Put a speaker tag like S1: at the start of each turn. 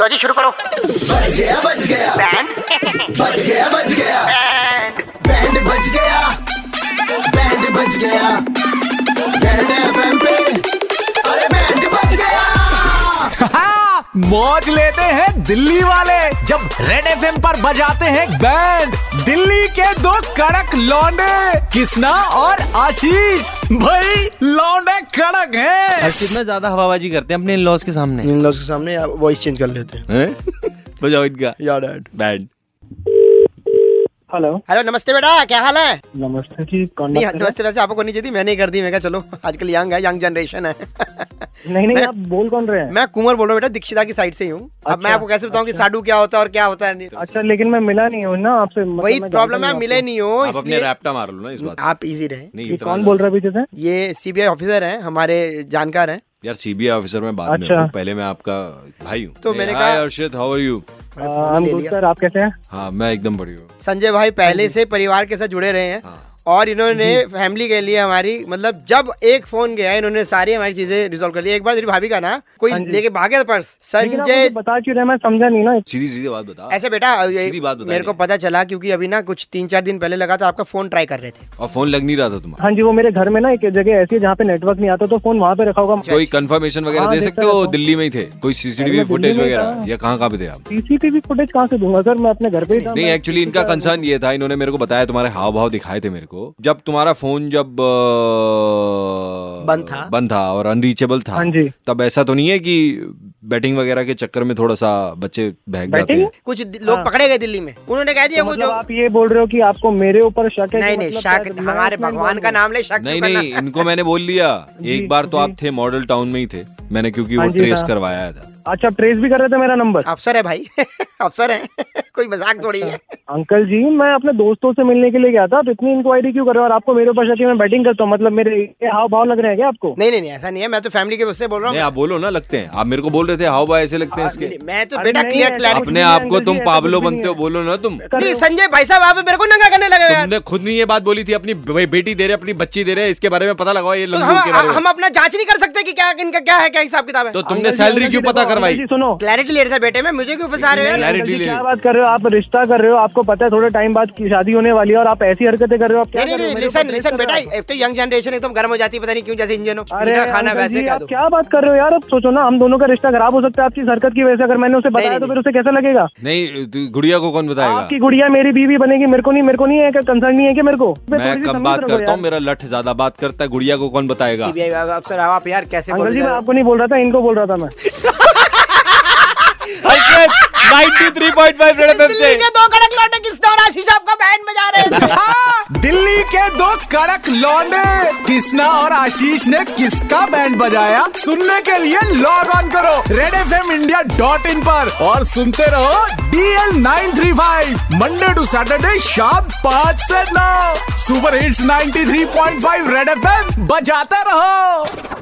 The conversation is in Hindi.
S1: लो जी शुरू करो
S2: बच गया बच गया
S1: बैंड
S2: बच गया बच गया
S1: बैंड
S2: बैंड बच गया बैंड बच गया बैंड एफएम पे अरे बैंड बच गया
S3: हाँ, मौज लेते हैं दिल्ली वाले जब रेड एफ पर बजाते हैं बैंड दिल्ली के दो कड़क लौंडे किसना और आशीष भाई लौंडे कड़क हैं
S4: हर्षित ना ज्यादा हवाबाजी करते हैं अपने इन लॉज के सामने
S5: इन लॉज के सामने वॉइस चेंज कर लेते हैं
S4: बजाओ इनका
S5: या डैड
S4: बैंड
S6: हेलो
S5: हेलो नमस्ते बेटा क्या हाल है
S6: नमस्ते जी कौन
S5: नहीं
S6: बात कर रहा
S5: नमस्ते वैसे आपको करनी चाहिए थी, मैंने ही कर दी मैं कहा चलो आजकल यंग है यंग जनरेशन है
S6: है? नहीं नहीं
S5: मैं-
S6: आप बोल कौन रहे हैं
S5: मैं कुंवर बोल रहा हूँ बेटा दीक्षिता की साइड से ही हूँ अब मैं
S6: अच्छा,
S5: आपको कैसे बताऊँ कि साडू क्या होता है और क्या होता है नहीं
S6: अच्छा लेकिन मैं मिला नहीं हूँ ना आपसे मतलब
S5: वही
S6: मैं
S5: प्रॉब्लम
S6: जानता
S5: है मिले
S6: आपको।
S5: नहीं हो
S4: आप अपने
S5: इसलिए
S4: रैप्टा मार लो ना इस बात
S5: आप इजी रहे
S4: नहीं
S6: ये
S4: इतना
S6: कौन
S4: ज्यादा-
S6: बोल रहा है पीछे से
S5: ये सीबीआई ऑफिसर हैं हमारे जानकार हैं
S4: यार सीबीआई ऑफिसर मैं बाद में
S6: अच्छा।
S4: हूँ पहले मैं आपका भाई हूँ
S5: तो
S4: Hey,
S5: मैंने
S4: hi,
S5: कहा-
S4: हर्षित हाउ आर यू
S5: मैंने
S6: आ,
S5: फोन
S6: हम
S5: ले
S6: गुड
S5: लिया।
S6: सर आप कैसे हैं
S4: हाँ मैं एकदम बढ़िया हूँ
S5: संजय भाई
S6: हाँ
S5: पहले से परिवार के साथ जुड़े रहे हैं
S4: हाँ।
S5: और इन्होंने फैमिली के लिए हमारी मतलब जब एक फोन गया इन्होंने सारी हमारी चीजें रिजोल्व कर ली एक बार तेरी भाभी का ना कोई लेके भागे पर्स
S6: हाँ लेकिन आप मुझे
S5: संजय
S6: बता क्यों रहे हैं? मैं समझा नहीं ना
S4: सीधी सीधी बात बता
S5: ऐसे बेटा
S6: हाँ,
S5: ये-
S4: सीधी बात बता
S5: मेरे को
S4: रही है।
S5: पता चला क्योंकि अभी ना कुछ तीन चार दिन पहले लगा था आपका फोन ट्राई कर रहे थे
S4: और फोन लग नहीं रहा था तुम्हारा
S6: हाँ जी वो मेरे घर में ना एक जगह ऐसी है जहाँ पे नेटवर्क नहीं आता तो फोन वहाँ पे रखा होगा
S5: अच्छा।
S4: कोई कंफर्मेशन वगैरह
S6: हाँ,
S4: दे
S6: देखता
S4: सकते हो
S6: रहता हूँ।
S4: दिल्ली में ही थे कोई
S6: अरे,
S4: सीसीटीवी
S6: मैं दिल्ली
S4: फुटेज
S6: में
S4: वगैरह
S6: था।
S4: या कहाँ कहाँ पे थे आप
S6: सीसीटीवी फुटेज कहाँ से दूंगा सर मैं अपने घर पे ही था
S4: नहीं
S6: मैं-
S4: एक्चुअली इनका कंसर्न ये था इन्होंने मेरे को बताया तुम्हारे हाव भाव दिखाए थे मेरे को जब तुम्हारा फोन जब अ,
S5: बंद था।
S4: बंद था और अनरीचेबल था
S6: हाँ जी।
S4: तब ऐसा तो नहीं है कि बैटिंग वगैरह के चक्कर में थोड़ा सा बच्चे बहक जाते
S6: Batting?
S4: हैं
S5: कुछ दि- लोग पकड़े गए दिल्ली में उन्होंने कह दिया
S6: हाँ। तो
S5: वो
S6: मतलब
S5: जो
S6: आप ये बोल रहे हो कि आपको मेरे ऊपर शक है कि
S5: नहीं नहीं
S6: मतलब
S5: शक
S6: शायद मैं
S5: हमारे
S6: इसमें
S5: भगवान
S6: involved
S5: का
S6: हूँ।
S5: नाम ले शक
S4: नहीं
S5: क्यों
S4: नहीं
S5: करना?
S4: इनको मैंने बोल दिया एक बार तो आप थे मॉडल टाउन में ही थे मैंने क्योंकि वो
S6: हाँ जी,
S4: ट्रेस
S6: हाँ।
S4: करवाया था
S6: अच्छा आप ट्रेस भी कर रहे थे मेरा नंबर
S5: अफसर है भाई अफसर है कोई मजाक थोड़ी है
S6: अंकल जी मैं अपने दोस्तों से मिलने के लिए गया था आप इतनी इंक्वायरी क्यों कर रहे हो और आपको मेरे ऊपर शक है मैं बैटिंग करता हूँ मतलब मेरे ये हाव भाव लग रहे हैं क्या आपको
S5: नहीं नहीं नहीं ऐसा नहीं है मैं तो फैमिली के उससे बोल रहा
S4: नहीं
S5: हूँ
S4: आप बोलो ना लगते हैं आप मेरे को बोल रहे थे हाव भाव ऐसे लगते हैं इसके
S5: नहीं, मैं तो
S6: अरे
S5: बेटा
S6: हाँ, नहीं,
S5: क्लियर
S6: ऐसा कुछ
S4: अपने
S6: नहीं है,
S4: आप को
S6: अंकल
S4: तुम
S6: जी, ऐसा
S4: पाबलो
S6: कुछ भी
S4: बनते हो
S6: नहीं है।
S4: बोलो ना तुम
S6: कर रहे
S5: क्लैरिटी
S6: हो।
S5: संजय भाई साहब आप मेरे को नंगा करने लगे हो यार
S4: तुमने खुद नहीं ये बात बोली थी अपनी बे- बेटी दे रहे अपनी बच्ची दे रहे इसके बारे में पता लगाओ ये
S5: तो
S4: लमजूर के
S5: हम
S4: बारे में
S5: हम अपना जांच नहीं कर सकते कि क्या इनका क्या है क्या हिसाब किताब
S4: तो
S5: है
S4: तुमने
S6: अंकल जी,
S4: सैलरी
S6: अंकल
S4: क्यों
S6: जी,
S4: पता
S6: देखो,
S4: करवाई
S6: अंकल जी, सुनो
S5: क्लैरिटी ले रहा था बेटे में मुझे क्यों फंसा रहे हो यार
S4: Clarity
S6: अंकल जी,
S4: ले
S6: क्या
S4: रहे।
S6: बात कर रहे हो आप रिश्ता कर रहे हो आपको पता है थोड़े टाइम बाद की शादी होने वाली है और आप ऐसी हरकतें कर रहे हो आप क्या
S5: नहीं नहीं
S6: कर
S5: नहीं
S6: रहे हो? मेरे
S5: लिसन
S6: ऊपर
S5: लिसन
S6: ट्रेस कर
S5: बेटा
S6: रहे हो आप।
S5: एक तो यंग जनरेशन एकदम गर्म हो जाती है पता नहीं क्यों जैसे इंजन हो
S6: अरे
S5: इनका खाना
S6: अंकल
S5: वैसे
S6: जी,
S5: क्या
S6: आप
S5: दो
S6: क्या बात कर रहे हो यार अब सोचो ना हम दोनों का रिश्ता खराब हो सकता है आपकी इस हरकत की वजह से अगर मैंने उसे बताया तो
S5: नहीं,
S6: फिर उसे कैसा लगेगा
S4: नहीं तू- गुड़िया को कौन बताएगा
S6: आपकी गुड़िया मेरी बीवी बनेगी मेरे को नहीं मेरे को नहीं है कंसर्न नहीं है कि मेरे को
S4: मैं
S6: तो
S4: कम बात करता हूँ मेरा लठ ज्यादा बात करता है गुड़िया को कौन बताएगा
S5: सीबीआई अफसर आप यार कैसे बोल
S6: अंकल जी
S5: रहे
S6: मैं
S5: हो?
S6: आपको नहीं बोल रहा था इनको बोल रहा था मैं
S4: ninety three point five
S5: Delhi के दो कड़क लौटे किस दौर आशीष आपका बैंड बजा रहे थे
S3: दिल्ली के दो कड़क लौंडे किसना और आशीष ने किसका बैंड बजाया सुनने के लिए लॉग ऑन करो red F M India dot in पर और सुनते रहो DL nine three five Monday to Saturday शाम पाँच से नौ super hits 93.5 red F M बजाते रहो